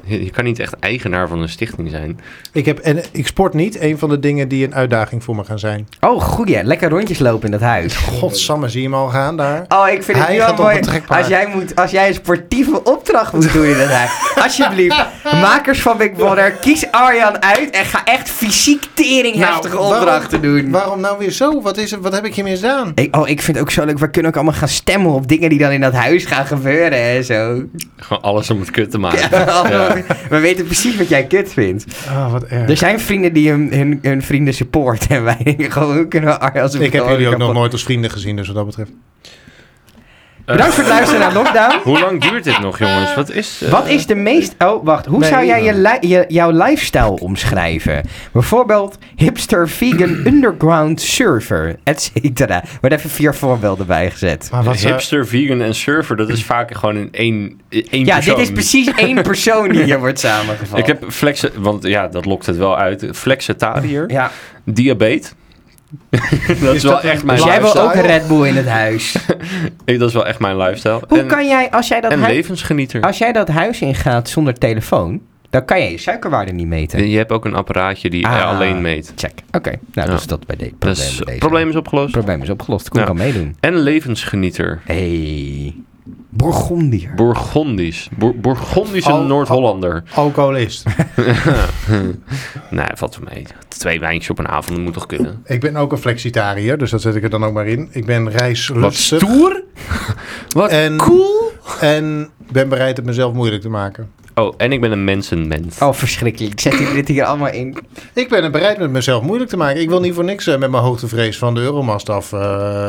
Speaker 3: je, je kan niet echt eigenaar van een stichting zijn.
Speaker 1: Ik, heb, en, ik sport niet. Een van de dingen die een uitdaging voor me gaan zijn.
Speaker 2: Oh, goeie. Lekker rondjes lopen in dat huis.
Speaker 1: Godsamme, zie je hem al gaan daar?
Speaker 2: Oh, ik vind het
Speaker 1: Hij
Speaker 2: nu al
Speaker 1: gaat op
Speaker 2: mooi.
Speaker 1: het trekpaard.
Speaker 2: Als jij, moet, als jij een sportieve opdracht moet doen in dat huis. Alsjeblieft. Makers van Big Brother, kies Arjan uit en ga echt fysiek teringheftige
Speaker 1: Nou, waarom-
Speaker 2: opdrachten doen.
Speaker 1: Waarom nou weer zo? Wat, is, er- wat heb ik je misdaan?
Speaker 2: Ik, oh, ik vind het ook zo leuk. We kunnen ook allemaal gaan stemmen op dingen die dan in dat huis gaan gebeuren en zo.
Speaker 3: Gewoon alles om het kut te maken.
Speaker 2: Allemaal- We weten precies wat jij kut vindt.
Speaker 1: Ah, wat erg.
Speaker 2: Er zijn vrienden die hun, hun, hun vrienden supporten. En wij denken gewoon, hoe kunnen we Arjan zo
Speaker 1: ik heb jullie ook nog
Speaker 2: kapot-
Speaker 1: nooit als vrienden gezien, dus wat dat betreft.
Speaker 2: Bedankt voor het luisteren naar Lockdown.
Speaker 3: Hoe lang duurt dit nog, jongens? Wat is... eh,
Speaker 2: Wat is de meest. Oh, wacht. Hoe
Speaker 1: Nee.
Speaker 2: zou jij je li- je, jouw lifestyle omschrijven? Bijvoorbeeld hipster, vegan, underground, surfer, et cetera. Wordt even vier voorbeelden bijgezet.
Speaker 1: Maar wat eh, zou-
Speaker 3: hipster, vegan en surfer, dat is vaak gewoon in één, in één
Speaker 2: Ja,
Speaker 3: persoon.
Speaker 2: dit is precies één persoon die hier wordt samengevat.
Speaker 3: Ik heb flexen, want ja, dat lokt het wel uit. Flexetariër,
Speaker 2: Ja,
Speaker 3: diabeet. dat
Speaker 1: dat
Speaker 3: is wel
Speaker 1: een-
Speaker 3: echt mijn
Speaker 2: dus jij wil
Speaker 3: lifestyle.
Speaker 2: ook een Red Bull in het huis.
Speaker 3: Ik- Dat is wel echt mijn lifestyle.
Speaker 2: Hoe
Speaker 3: en
Speaker 2: kan jij, als jij, dat Ah,
Speaker 3: en
Speaker 2: hui-
Speaker 3: levensgenieter.
Speaker 2: als jij dat huis ingaat zonder telefoon, dan kan jij je suikerwaarde niet meten.
Speaker 3: Je hebt ook een apparaatje die
Speaker 2: Ah.
Speaker 3: eh, alleen meet.
Speaker 2: Check. Oké, nou,
Speaker 3: Ja.
Speaker 2: dus dat bij de probleem.
Speaker 3: Dus
Speaker 2: bij deze.
Speaker 3: het probleem is opgelost.
Speaker 2: probleem is opgelost. Koen
Speaker 3: Ja.
Speaker 2: kan meedoen.
Speaker 3: En levensgenieter.
Speaker 2: Hey. Bourgondier.
Speaker 3: Bourgondisch. Bour- Bourgondische
Speaker 1: Al- al-
Speaker 3: Noord-Hollander.
Speaker 1: eh, Alcoholist.
Speaker 3: Nee, valt wel mee. Twee wijntjes op een avond dat moet toch kunnen?
Speaker 1: ik ben ook een flexitariër, dus dat zet ik er dan ook maar in. Ik ben
Speaker 3: Wat
Speaker 1: reislustig.
Speaker 3: stoer. Wat
Speaker 1: En-
Speaker 3: cool.
Speaker 1: En ben bereid het mezelf moeilijk te maken.
Speaker 3: Oh, en ik ben een mensenmens.
Speaker 2: Oh, verschrikkelijk. Ik zet die- dit hier allemaal in.
Speaker 1: Ik ben er bereid met mezelf moeilijk te maken. Ik wil niet voor niks eh, met mijn hoogtevrees van de Euromast af. eh,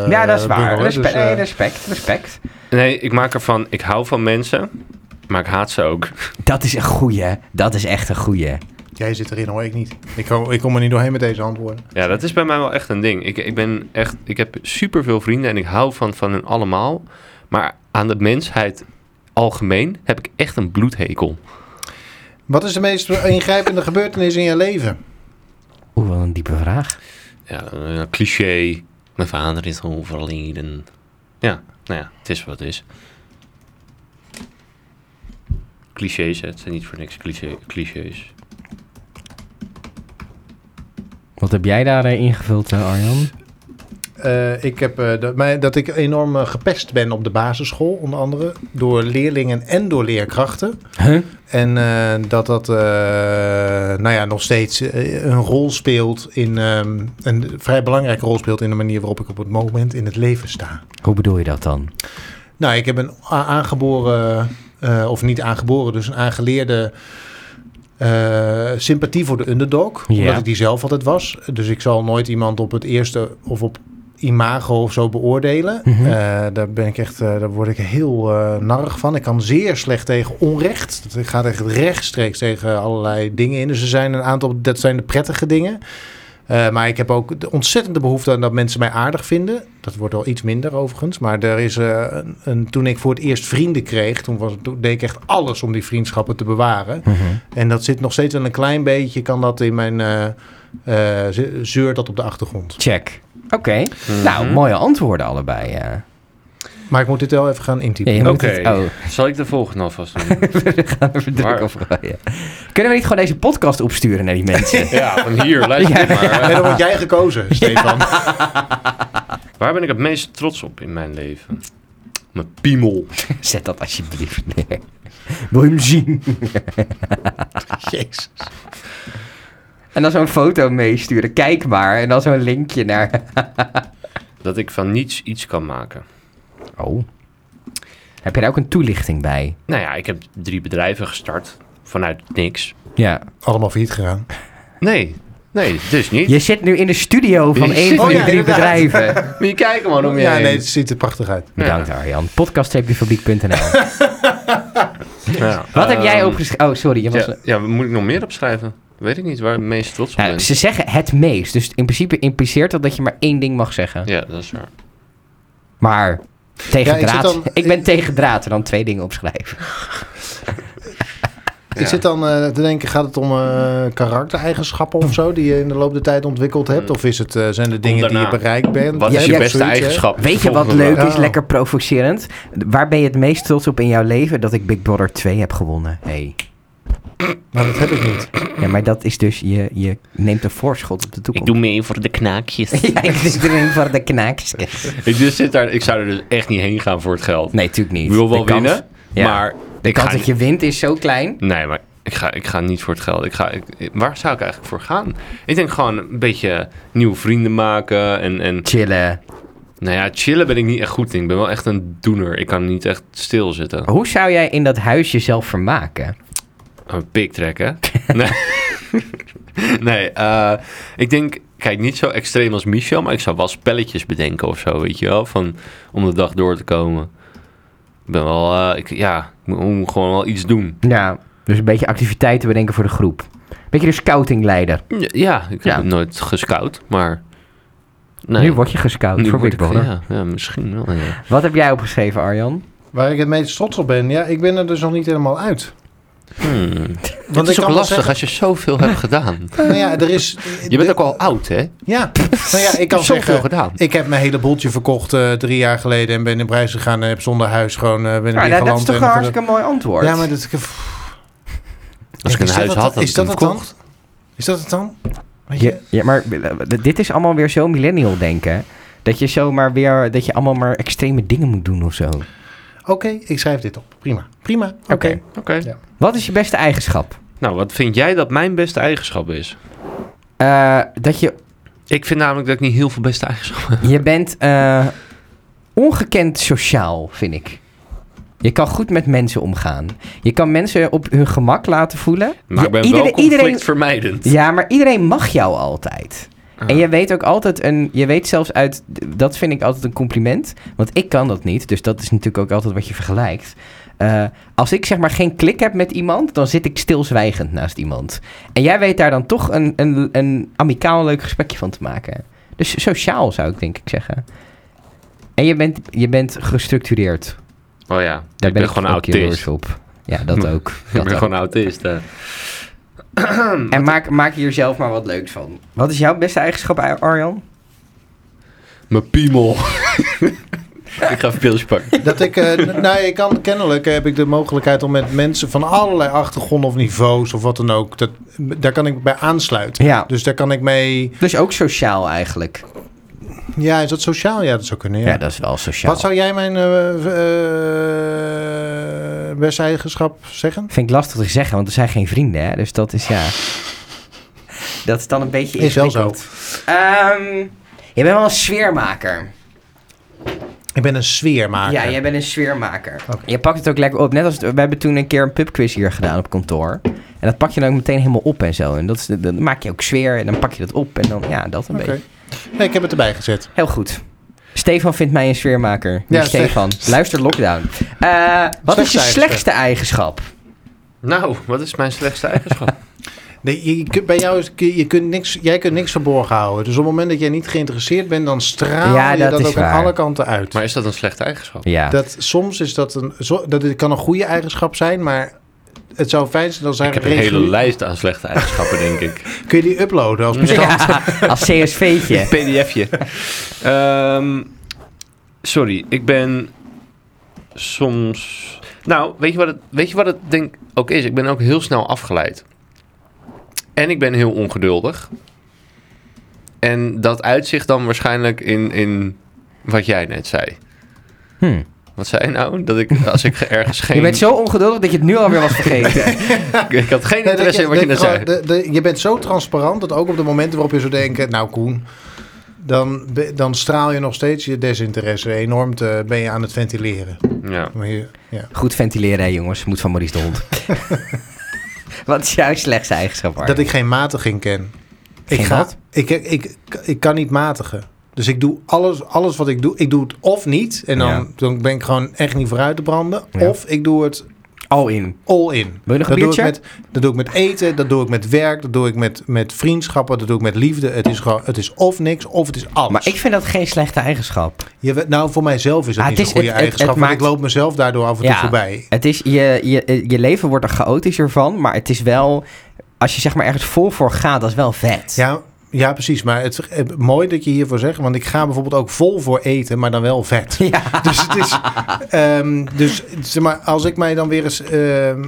Speaker 2: ja, dat is waar.
Speaker 1: bungelen,
Speaker 2: Respe-
Speaker 1: dus, eh,
Speaker 2: nee, respect, respect.
Speaker 3: Nee, ik maak ervan, ik hou van mensen, maar ik haat ze ook.
Speaker 2: Dat is een goeie. Dat is echt een goeie.
Speaker 1: Jij zit erin hoor, ik niet. Ik, kom- ik kom er niet doorheen met deze antwoorden.
Speaker 3: Ja, dat is bij mij wel echt een ding. Ik, ik ben echt, ik heb superveel vrienden en ik hou van, van hun allemaal. Maar aan de mensheid algemeen heb ik echt een bloedhekel.
Speaker 1: Wat is de meest ingrijpende gebeurtenis in je leven?
Speaker 2: Oeh, wat een diepe vraag.
Speaker 3: Ja, een cliché. Mijn vader is overleden. Ja, nou ja, het is wat het is. clichés, hè. het zijn niet voor niks cliché, clichés.
Speaker 2: Wat heb jij daar eh, ingevuld, eh, Arjan?
Speaker 1: Eh, ik heb, eh, dat, mij, dat ik enorm eh, gepest ben op de basisschool, onder andere. Door leerlingen en door leerkrachten.
Speaker 2: Huh?
Speaker 1: En eh, dat dat eh, nou ja, nog steeds eh, een rol speelt in ehm, een vrij belangrijke rol speelt in de manier waarop ik op het moment in het leven sta.
Speaker 2: Hoe bedoel je dat dan?
Speaker 1: Nou, ik heb een a- aangeboren, eh, of niet aangeboren, dus een aangeleerde eh, sympathie voor de underdog.
Speaker 2: Ja.
Speaker 1: Omdat ik die zelf altijd was. Dus ik zal nooit iemand op het eerste of op imago of zo beoordelen.
Speaker 2: Mhm.
Speaker 1: Eh, daar ben ik echt, eh, daar word ik heel eh narig van. Ik kan zeer slecht tegen onrecht. Het gaat echt rechtstreeks tegen allerlei dingen in. Dus er zijn een aantal, dat zijn de prettige dingen. Eh, maar ik heb ook de ontzettende behoefte aan dat mensen mij aardig vinden. Dat wordt wel iets minder overigens. Maar er is eh, een, een- toen ik voor het eerst vrienden kreeg, toen, was, toen deed ik echt alles om die vriendschappen te bewaren.
Speaker 3: Mhm.
Speaker 1: En dat zit nog steeds wel een klein beetje, kan dat in mijn eh, eh, ze- zeur dat op de achtergrond.
Speaker 2: Check. Oké. Nou,
Speaker 3: Mhm.
Speaker 2: mooie antwoorden allebei. ja.
Speaker 1: Maar ik moet dit wel even gaan intypen.
Speaker 2: Ja, je moet
Speaker 3: Oké.
Speaker 2: het- oh,
Speaker 3: Zal ik de volgende alvast doen?
Speaker 2: even druk
Speaker 3: Maar-
Speaker 2: opgooien. Kunnen we niet gewoon deze podcast opsturen naar die mensen?
Speaker 3: ja, van hier, luister dit maar.
Speaker 1: En dan word jij gekozen, Stefan.
Speaker 3: Waar ben ik het meest trots op in mijn leven? Mijn piemel.
Speaker 2: Zet dat alsjeblieft neer. Wil je hem zien?
Speaker 1: Jezus.
Speaker 2: En dan zo'n foto meesturen. Kijk maar. En dan zo'n linkje naar...
Speaker 3: Dat ik van niets iets kan maken.
Speaker 2: Oh. Heb je daar ook een toelichting bij?
Speaker 3: Nou ja, ik heb drie bedrijven gestart. Vanuit niks.
Speaker 2: Ja.
Speaker 1: Allemaal failliet gegaan.
Speaker 3: Nee, nee, dus niet.
Speaker 2: Je zit nu in de studio van
Speaker 3: Je
Speaker 2: een
Speaker 3: zit-
Speaker 2: van
Speaker 1: Oh
Speaker 2: die
Speaker 1: ja,
Speaker 2: drie
Speaker 1: inderdaad.
Speaker 2: bedrijven.
Speaker 3: Moet je kijken man om je
Speaker 1: ja,
Speaker 3: heen.
Speaker 1: nee, het ziet er prachtig uit.
Speaker 2: Bedankt Arjan. Podcast-fabriek.nl
Speaker 3: Ja,
Speaker 2: Wat heb jij
Speaker 3: ehm,
Speaker 2: opgeschreven? Oh, sorry. Je was...
Speaker 3: Ja, ja, moet ik nog meer opschrijven? Weet ik niet waar ik het meest trots op
Speaker 2: Nou,
Speaker 3: ben.
Speaker 2: ze zeggen het meest. Dus in principe impliceert dat dat je maar één ding mag zeggen.
Speaker 3: Ja, dat is waar.
Speaker 2: Maar tegen
Speaker 1: Ja, ik zit
Speaker 2: draad.
Speaker 1: dan-
Speaker 2: Ik, ben tegen draad en dan twee dingen opschrijven.
Speaker 1: Ik zit dan eh, te denken, gaat het om eh, karaktereigenschappen of zo... die je in de loop der tijd ontwikkeld hebt? Of is het, eh, zijn er dingen die je
Speaker 3: Mm. daarna.
Speaker 1: bereikt bent?
Speaker 3: Wat
Speaker 2: Ja,
Speaker 3: is
Speaker 2: ja,
Speaker 3: je
Speaker 1: hebt
Speaker 3: beste
Speaker 1: zoiets, hè?
Speaker 3: eigenschap?
Speaker 2: Weet je wat
Speaker 3: Volgende
Speaker 2: leuk
Speaker 3: vraag.
Speaker 2: is?
Speaker 1: Oh.
Speaker 2: Lekker provocerend. Waar ben je het meest trots op in jouw leven? Dat ik Big Brother 2 heb gewonnen. Hey.
Speaker 1: Maar dat heb ik niet.
Speaker 2: Ja, maar dat is dus, je, je neemt een voorschot op de toekomst.
Speaker 3: mee voor de knaakjes.
Speaker 2: ja, ik zit erin voor de knaakjes.
Speaker 3: ik, dus zit daar, ik zou er dus echt niet heen gaan voor het geld.
Speaker 2: Nee, natuurlijk
Speaker 3: ik
Speaker 2: niet.
Speaker 3: wil wel
Speaker 2: De kans-
Speaker 3: winnen,
Speaker 2: ja.
Speaker 3: maar...
Speaker 2: De
Speaker 3: ik
Speaker 2: kans
Speaker 3: ga
Speaker 2: dat je wint is zo klein.
Speaker 3: Nee, maar ik ga, ik ga niet voor het geld. Ik ga, ik- waar zou ik eigenlijk voor gaan? Ik denk gewoon een beetje nieuwe vrienden maken. En, en
Speaker 2: Chillen.
Speaker 3: nou ja, chillen ben ik niet echt goed in. Ik ben wel echt een doener. Ik kan niet echt stilzitten.
Speaker 2: Hoe zou jij in dat huis jezelf vermaken?
Speaker 3: Een pik trekken. nee, nee eh, ik denk... Kijk, niet zo extreem als Michel, maar ik zou wel spelletjes bedenken of zo, weet je wel? Van, om de dag door te komen. Ik ben wel, eh, ik, ja, ik moet gewoon wel iets doen.
Speaker 2: Ja, dus een beetje activiteiten bedenken voor de groep. Beetje de scoutingleider.
Speaker 3: Ja, ik heb
Speaker 2: Ja.
Speaker 3: nooit gescout, maar... Nee.
Speaker 2: Nu word je gescout
Speaker 3: Nu
Speaker 2: voor
Speaker 3: word
Speaker 2: Big
Speaker 3: ik-
Speaker 2: Brother.
Speaker 3: Ja, ja, misschien wel. Ja.
Speaker 2: Wat heb jij opgeschreven, Arjan?
Speaker 1: Waar ik het meest trots op ben? Ja, ik ben er dus nog niet helemaal uit.
Speaker 3: Hmm.
Speaker 1: Want
Speaker 3: Het
Speaker 1: ik
Speaker 3: is
Speaker 1: kan
Speaker 3: ook
Speaker 1: wel
Speaker 3: lastig
Speaker 1: zeggen-
Speaker 3: als je zoveel hebt gedaan.
Speaker 1: Nou ja, er is...
Speaker 3: Je bent ook al oud, hè? Je
Speaker 1: Ja, nou ja, ik kan
Speaker 3: hebt zoveel
Speaker 1: zeggen...
Speaker 3: gedaan.
Speaker 1: Ik heb mijn hele boeltje verkocht eh, drie jaar geleden... en ben in prijs gegaan en heb zonder huis gewoon... eh, ben in die
Speaker 2: Nou, dat is
Speaker 1: geland
Speaker 2: toch
Speaker 1: en-
Speaker 2: een hartstikke mooi antwoord.
Speaker 1: Ja, maar dat...
Speaker 3: Als ik een
Speaker 1: Is
Speaker 3: huis
Speaker 1: dat-
Speaker 3: had, had
Speaker 1: is
Speaker 3: ik
Speaker 1: dat
Speaker 3: hem
Speaker 1: het dan?
Speaker 3: verkocht.
Speaker 1: Is dat het dan? Weet
Speaker 2: Ja, ja, maar eh, dit is allemaal weer zo millennial denken. Dat je zomaar weer, dat je allemaal maar extreme dingen moet doen of zo.
Speaker 1: Oké, ik schrijf dit op. Prima. Prima. Oké.
Speaker 2: Oké.
Speaker 3: Oké.
Speaker 2: Wat is je beste eigenschap?
Speaker 3: Nou, wat vind jij dat mijn beste eigenschap is?
Speaker 2: Eh, dat je,
Speaker 3: Ik vind namelijk dat ik niet heel veel beste eigenschappen heb.
Speaker 2: je bent eh, ongekend sociaal, vind ik. Je kan goed met mensen omgaan. Je kan mensen op hun gemak laten voelen.
Speaker 3: Maar
Speaker 2: Je-
Speaker 3: ik ben wel
Speaker 2: iedereen- iedereen,
Speaker 3: conflictvermijdend.
Speaker 2: Ja, maar iedereen mag jou altijd.
Speaker 3: Ah.
Speaker 2: En je weet ook altijd een. Je weet zelfs uit. Dat vind ik altijd een compliment. Want ik kan dat niet. Dus dat is natuurlijk ook altijd wat je vergelijkt. Eh, als ik zeg maar geen klik heb met iemand. dan zit ik stilzwijgend naast iemand. En jij weet daar dan toch een, een, een amicaal leuk gesprekje van te maken. Dus sociaal zou ik denk ik zeggen. En je bent, je bent gestructureerd. Daar
Speaker 3: Oh ja, ik
Speaker 2: ben,
Speaker 3: ben
Speaker 2: ik
Speaker 3: gewoon
Speaker 2: ook jaloers
Speaker 3: autist.
Speaker 2: op. Ja, dat ook.
Speaker 3: Ik
Speaker 2: Dat
Speaker 3: ben
Speaker 2: ook.
Speaker 3: gewoon autist. eh. hè.
Speaker 2: En maak, maak hier zelf maar wat leuks van. Wat is jouw beste eigenschap, Arjan?
Speaker 3: Mijn piemel. Ik ga even pilsje pakken.
Speaker 1: Dat ik, eh, n- nou, ik kan, kennelijk heb ik de mogelijkheid om met mensen van allerlei achtergronden of niveaus of wat dan ook, dat, daar kan ik bij aansluiten.
Speaker 2: Ja,
Speaker 1: Dus daar kan ik mee,
Speaker 2: dus ook sociaal eigenlijk.
Speaker 1: ja, is dat sociaal? Ja, dat zou kunnen,
Speaker 2: Ja,
Speaker 1: ja.
Speaker 2: dat is wel sociaal.
Speaker 1: Wat zou jij mijn eh, v- eh, beste eigenschap zeggen?
Speaker 2: Vind ik lastig te zeggen, want er zijn geen vrienden, hè? Dus dat is ja. Dat is dan een beetje.
Speaker 1: Is wel zo.
Speaker 2: ingewikkeld. Ehm, je bent wel een sfeermaker.
Speaker 1: Ik ben een sfeermaker.
Speaker 2: Ja, jij bent een sfeermaker. Je pakt het ook lekker op. Net als het- we hebben toen een keer een pubquiz hier gedaan op kantoor. En dat pak je dan ook meteen helemaal op en zo. En dat is, dan maak je ook sfeer en dan pak je dat op. En dan, ja, dat een
Speaker 1: Oké.
Speaker 2: beetje.
Speaker 1: Nee, ik heb het erbij gezet.
Speaker 2: Heel goed. Stefan vindt mij een sfeermaker. Niet
Speaker 1: Ja,
Speaker 2: Stefan. Luister Lockdown. Eh, wat is je
Speaker 1: Slechtste
Speaker 2: slechtste eigenschap?
Speaker 3: Nou, wat is mijn slechtste eigenschap?
Speaker 1: Nee, je, je kunt- bij jou is, je kunt niks, jij kunt niks verborgen houden. Dus op het moment dat jij niet geïnteresseerd bent, dan straal
Speaker 2: Ja,
Speaker 1: je
Speaker 2: dat
Speaker 1: dat,
Speaker 2: is
Speaker 1: ook
Speaker 2: waar.
Speaker 1: aan alle kanten uit.
Speaker 3: Maar is dat een slechte eigenschap?
Speaker 2: Ja.
Speaker 1: dat, soms is dat een, zo- dat het kan een goede eigenschap zijn, maar het zou fijn zijn als hij
Speaker 3: Ik heb een hele lijst aan slechte eigenschappen, denk ik.
Speaker 1: Kun je die uploaden als bestand?
Speaker 2: Ja, als CSV'tje.
Speaker 3: PDFje. Ehm, sorry, ik ben soms... Nou, weet je wat het, weet je wat het denk ook is? Ik ben ook heel snel afgeleid. En ik ben heel ongeduldig. En dat uitzicht dan waarschijnlijk in, in wat jij net zei.
Speaker 2: Hm.
Speaker 3: Wat zei je nou? Dat ik, als ik ergens geen...
Speaker 2: Je bent zo ongeduldig dat je het nu alweer was vergeten.
Speaker 3: Ik had geen
Speaker 1: Nee, dat
Speaker 3: interesse in wat je net
Speaker 1: dat
Speaker 3: zei.
Speaker 1: gewoon- de- de- je bent zo transparant dat ook op de momenten waarop je zou denken... Nou, Koen, dan, be- dan straal je nog steeds je desinteresse enorm. Te, ben je aan het ventileren.
Speaker 3: Ja.
Speaker 1: Maar je- ja.
Speaker 2: Goed ventileren, hè, jongens. Moet van Maurice de Hond. Wat is jouw slechtste eigenschap, Arjen?
Speaker 1: Dat ik geen matiging ken.
Speaker 2: Geen
Speaker 1: ik, ga,
Speaker 2: wat?
Speaker 1: ik, ik, ik, ik kan niet matigen. Dus ik doe alles, alles wat ik doe. Ik doe het of niet. En dan,
Speaker 2: Ja.
Speaker 1: dan ben ik gewoon echt niet vooruit te branden.
Speaker 2: Ja.
Speaker 1: Of ik doe het
Speaker 2: Al in.
Speaker 1: all in.
Speaker 2: Wil je nog een
Speaker 1: dat, doe ik
Speaker 2: biertje?
Speaker 1: met, dat doe ik met eten, dat doe ik met werk, dat doe ik met, met vriendschappen, dat doe ik met liefde. Het is gewoon, het is of niks, of het is alles.
Speaker 2: Maar ik vind dat geen slechte eigenschap.
Speaker 1: Je weet- nou, voor mijzelf is dat
Speaker 2: Ah,
Speaker 1: niet
Speaker 2: het
Speaker 1: een
Speaker 2: is-
Speaker 1: goede
Speaker 2: het- het- het
Speaker 1: eigenschap. want
Speaker 2: maakt-
Speaker 1: ik loop mezelf daardoor af en toe
Speaker 2: Ja.
Speaker 1: voorbij.
Speaker 2: Het is, je, je, je leven wordt er chaotischer van, maar het is wel... Als je zeg maar ergens vol voor gaat, dat is wel vet.
Speaker 1: Ja, ja, precies. Maar het, eh, mooi dat je hiervoor zegt. Want ik ga bijvoorbeeld ook vol voor eten, maar dan wel vet.
Speaker 2: Ja.
Speaker 1: Dus het is. ehm, dus zeg maar, als ik mij dan weer eens ehm,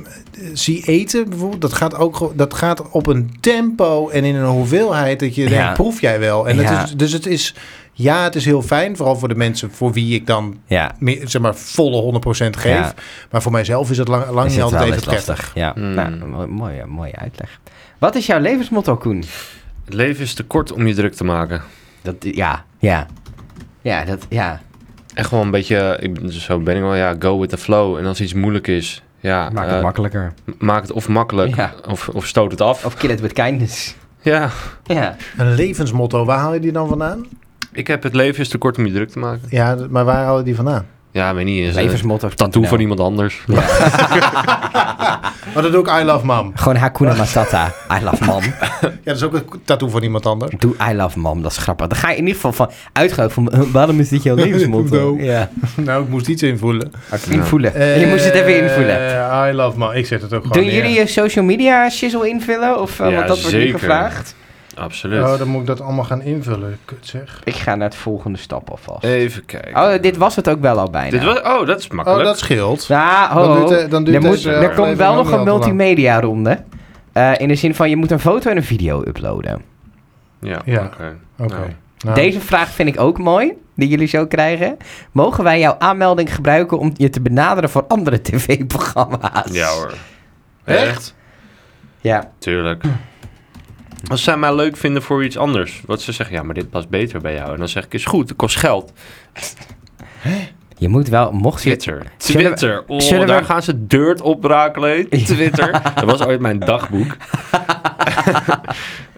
Speaker 1: zie eten, bijvoorbeeld, dat gaat ook gewoon- dat gaat op een tempo en in een hoeveelheid dat je
Speaker 2: Ja.
Speaker 1: denkt, proef jij wel. En
Speaker 2: Ja.
Speaker 1: dat is, dus het is, ja, het is heel fijn, vooral voor de mensen voor wie ik dan
Speaker 2: Ja.
Speaker 1: meer, zeg maar volle 100% geef.
Speaker 2: Ja.
Speaker 1: Maar voor mijzelf is het lang, lang niet
Speaker 2: is het
Speaker 1: altijd
Speaker 2: wel
Speaker 1: even
Speaker 2: eens
Speaker 1: prettig.
Speaker 2: lastig. Ja.
Speaker 3: Hmm.
Speaker 2: Nou, mo- mooie, mooie uitleg. Wat is jouw levensmotto, Koen?
Speaker 3: Het leven is te kort om je druk te maken.
Speaker 2: Dat, ja. Ja. Ja, dat... Ja.
Speaker 3: Echt gewoon een beetje, ik, ben- zo ben ik wel, ja, go with the flow. En als iets moeilijk is, ja,
Speaker 2: Maak
Speaker 3: eh,
Speaker 2: het makkelijker.
Speaker 3: maak het of makkelijk
Speaker 2: Ja.
Speaker 3: of, of stoot het af.
Speaker 2: Of kill it with kindness.
Speaker 3: Ja,
Speaker 2: Ja.
Speaker 1: Een levensmotto, waar haal je die dan vandaan?
Speaker 3: ik heb het leven is te kort om je druk te maken.
Speaker 1: Ja, d- maar waar haal je die vandaan?
Speaker 3: Ja, weet niet, is een
Speaker 2: Levensmotto.
Speaker 3: tattoo van iemand anders.
Speaker 1: Maar dat doe ik I love mom.
Speaker 2: Gewoon Hakuna Matata. I love mom.
Speaker 1: Ja, dat is ook een tattoo van iemand anders.
Speaker 2: Doe I love mom. Dat is grappig. Dan ga je in ieder geval van uitgaan van eh, waarom is dit jouw levensmotto?
Speaker 1: No.
Speaker 2: ja.
Speaker 1: Nou, ik moest iets invoelen.
Speaker 2: Invoelen. je moest het even invoelen.
Speaker 1: Eh, I love mom. Ik zet het ook gewoon
Speaker 2: Doen
Speaker 1: neer.
Speaker 2: jullie je social media shizzle invullen? Of, eh,
Speaker 3: Ja,
Speaker 2: want dat wordt nu
Speaker 3: zeker.
Speaker 2: gevraagd.
Speaker 3: Absoluut.
Speaker 1: Oh, dan moet ik dat allemaal gaan invullen. Kut zeg.
Speaker 2: Ik ga naar het volgende stap alvast.
Speaker 1: Eh,
Speaker 3: Even kijken.
Speaker 2: Oh, dit nou. was het ook wel al bijna.
Speaker 3: Dit was, oh, dat is
Speaker 1: Oh,
Speaker 3: makkelijk.
Speaker 1: dat scheelt.
Speaker 2: Ja, ho,
Speaker 1: Dan duurt,
Speaker 2: ho.
Speaker 1: eh, dan duurt
Speaker 2: er, moet,
Speaker 1: deze
Speaker 2: er komt
Speaker 1: aflevering
Speaker 2: wel
Speaker 1: ook
Speaker 2: nog
Speaker 1: niet
Speaker 2: een
Speaker 1: al te lang.
Speaker 2: multimedia ronde. Eh, in de zin van je moet een foto en een video uploaden.
Speaker 3: Ja,
Speaker 1: Ja.
Speaker 3: oké.
Speaker 1: Oké.
Speaker 3: Nou.
Speaker 1: Nou,
Speaker 2: Deze vraag vind ik ook mooi, die jullie zo krijgen. Mogen wij jouw aanmelding gebruiken om je te benaderen voor andere tv-programma's?
Speaker 3: Ja hoor.
Speaker 1: Echt?
Speaker 2: Ja.
Speaker 3: Tuurlijk. Als zij mij leuk vinden voor iets anders. Wat ze zeggen, ja, maar dit past beter bij jou. En dan zeg ik, is goed, het kost geld.
Speaker 2: Je moet wel, mocht je...
Speaker 3: Twitter.
Speaker 2: Zullen we-
Speaker 3: Twitter. Oh,
Speaker 2: zullen we-
Speaker 3: daar gaan ze dirt op rakelen. Twitter. Dat was ooit mijn dagboek.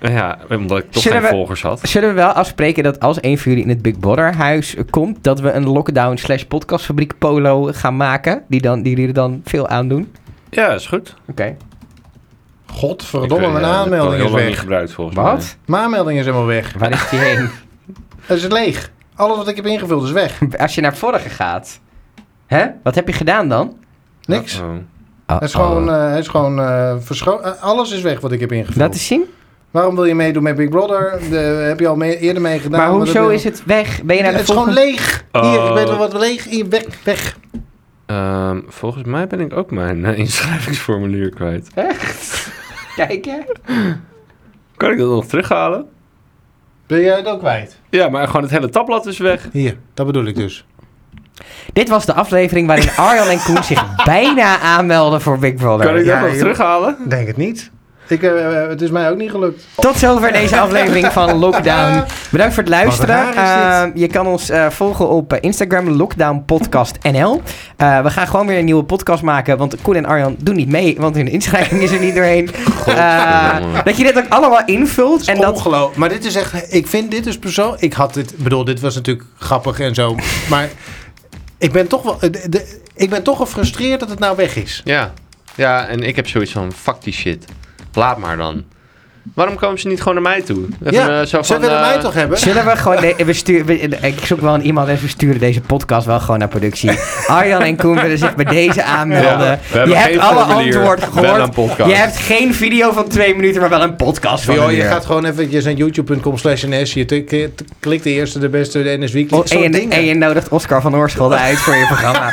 Speaker 3: ja, omdat ik toch
Speaker 2: Zullen
Speaker 3: geen
Speaker 2: we-
Speaker 3: volgers had.
Speaker 2: Zullen we wel afspreken dat als een van jullie in het Big Brother huis eh, komt, dat we een lockdown slash podcastfabriek polo gaan maken, die, dan, die jullie er dan veel aan doen?
Speaker 3: Ja, is goed.
Speaker 2: Oké.
Speaker 1: Godverdomme,
Speaker 3: Ik,
Speaker 1: mijn
Speaker 3: eh, dat heb ik
Speaker 1: aanmelding
Speaker 3: al
Speaker 1: is
Speaker 3: heel lang niet
Speaker 1: weg.
Speaker 3: gebruikt volgens mij.
Speaker 2: Wat?
Speaker 1: Mijn aanmelding is helemaal weg.
Speaker 2: Waar is die heen?
Speaker 1: Het is leeg. Alles wat ik heb ingevuld is weg.
Speaker 2: Als je naar vorige gaat. Hè? Wat heb je gedaan dan?
Speaker 1: Niks.
Speaker 3: Uh-oh. Oh,
Speaker 1: Het is gewoon, eh, het is gewoon eh, verscho- eh, alles is weg wat ik heb ingevuld.
Speaker 2: Laat eens zien.
Speaker 1: Waarom wil je meedoen met Big Brother? De, heb je al mee, eerder meegedaan?
Speaker 2: maar hoezo is
Speaker 1: het?
Speaker 2: het weg? Ben je naar
Speaker 1: Het
Speaker 2: de
Speaker 1: is gewoon
Speaker 2: volgende...
Speaker 1: leeg. Hier, ik
Speaker 3: Oh.
Speaker 1: weet wel wat leeg. Hier, weg, weg.
Speaker 3: Ehm, volgens mij ben ik ook mijn eh, inschrijvingsformulier kwijt.
Speaker 2: Kijk, hè?
Speaker 3: Kan ik dat nog terughalen?
Speaker 1: Ben jij het ook kwijt?
Speaker 3: Ja, maar gewoon het hele tabblad is weg.
Speaker 1: Hier, dat bedoel ik dus.
Speaker 2: Dit was de aflevering waarin Arjan en Koen zich bijna aanmelden voor Big Brother.
Speaker 3: Kan ik
Speaker 1: ja,
Speaker 3: dat nog
Speaker 1: joh.
Speaker 3: terughalen?
Speaker 1: Denk het niet. Ik, eh, eh, het is mij ook niet gelukt.
Speaker 2: Tot zover deze aflevering van Lockdown. Bedankt voor het luisteren.
Speaker 1: Wat raar
Speaker 2: Eh, je kan ons eh, volgen op eh, Instagram, Lockdown Podcast NL. Eh, we gaan gewoon weer een nieuwe podcast maken, want Koen en Arjan doen niet mee, want hun inschrijving is er niet doorheen. Eh, dat je dit ook allemaal invult en dat
Speaker 1: Ongeloof. Maar dit is echt... Ik vind dit dus persoon... Ik had dit... bedoel, dit was natuurlijk grappig en zo. Maar ik ben toch wel... eh, de- de- ik ben toch gefrustreerd dat het nou weg is.
Speaker 3: Ja. ja, en ik heb zoiets van, fuck die shit. Laat maar dan. Waarom komen ze niet gewoon naar mij toe? Even,
Speaker 1: ja,
Speaker 3: eh, zo
Speaker 1: ze
Speaker 3: van,
Speaker 1: willen
Speaker 3: eh,
Speaker 1: mij toch hebben?
Speaker 2: Zullen we gewoon... nee, we sturen, we- ik zoek wel een iemand en we sturen deze podcast wel gewoon naar productie. Arjan en Koen willen zich bij deze aanmelden. je hebt alle antwoorden gehoord. Je hebt geen video van twee minuten, maar wel een podcast van
Speaker 1: Joh,
Speaker 2: een
Speaker 1: je
Speaker 2: uur. Oh,
Speaker 1: gaat gewoon eventjes naar youtube.com slash ns. Je tik- tik- klikt de eerste de beste de NSW.
Speaker 2: O-
Speaker 1: Klikt,
Speaker 2: en,
Speaker 1: zo'n
Speaker 2: je,
Speaker 1: dingen.
Speaker 2: en je nodigt Oscar van Oorscholden uit voor je programma.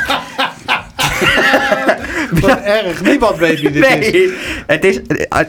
Speaker 1: Wat erg. Niemand weet wie dit is.
Speaker 2: nee, het is...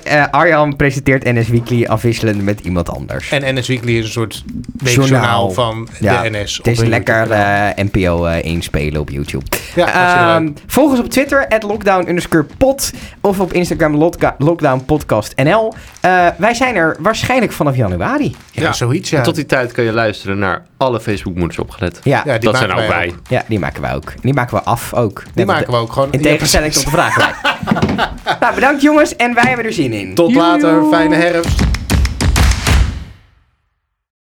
Speaker 2: eh, eh, Arjan presenteert NS Weekly afwisselend met iemand anders.
Speaker 1: En NS Weekly is een soort weekjournaal
Speaker 2: Journaal.
Speaker 1: van
Speaker 2: Ja,
Speaker 1: de NS.
Speaker 2: Het is lekker eh, NPO eh, inspelen op YouTube.
Speaker 1: Ja, dat is
Speaker 2: Ehm,
Speaker 1: leuk.
Speaker 2: volg ons op Twitter, at lockdown pod. Of op Instagram, lotca- lockdown podcast NL. Eh, wij zijn er waarschijnlijk vanaf januari.
Speaker 1: ja,
Speaker 3: ja.
Speaker 1: zoiets ja.
Speaker 3: Tot die tijd kun je luisteren naar alle Facebookmoeders opgelet.
Speaker 2: Ja,
Speaker 1: Ja,
Speaker 2: ja.
Speaker 1: die
Speaker 3: dat zijn
Speaker 1: maken
Speaker 3: ook wij.
Speaker 1: ook.
Speaker 2: die maken we ook. Die maken we af ook.
Speaker 1: Die
Speaker 2: Net als
Speaker 1: maken we ook gewoon.
Speaker 2: de- In
Speaker 1: Ja,
Speaker 2: tegenstelling tot de vraag. nou, bedankt jongens en wij hebben er zin in.
Speaker 1: precies. Tot later. Fijne herfst.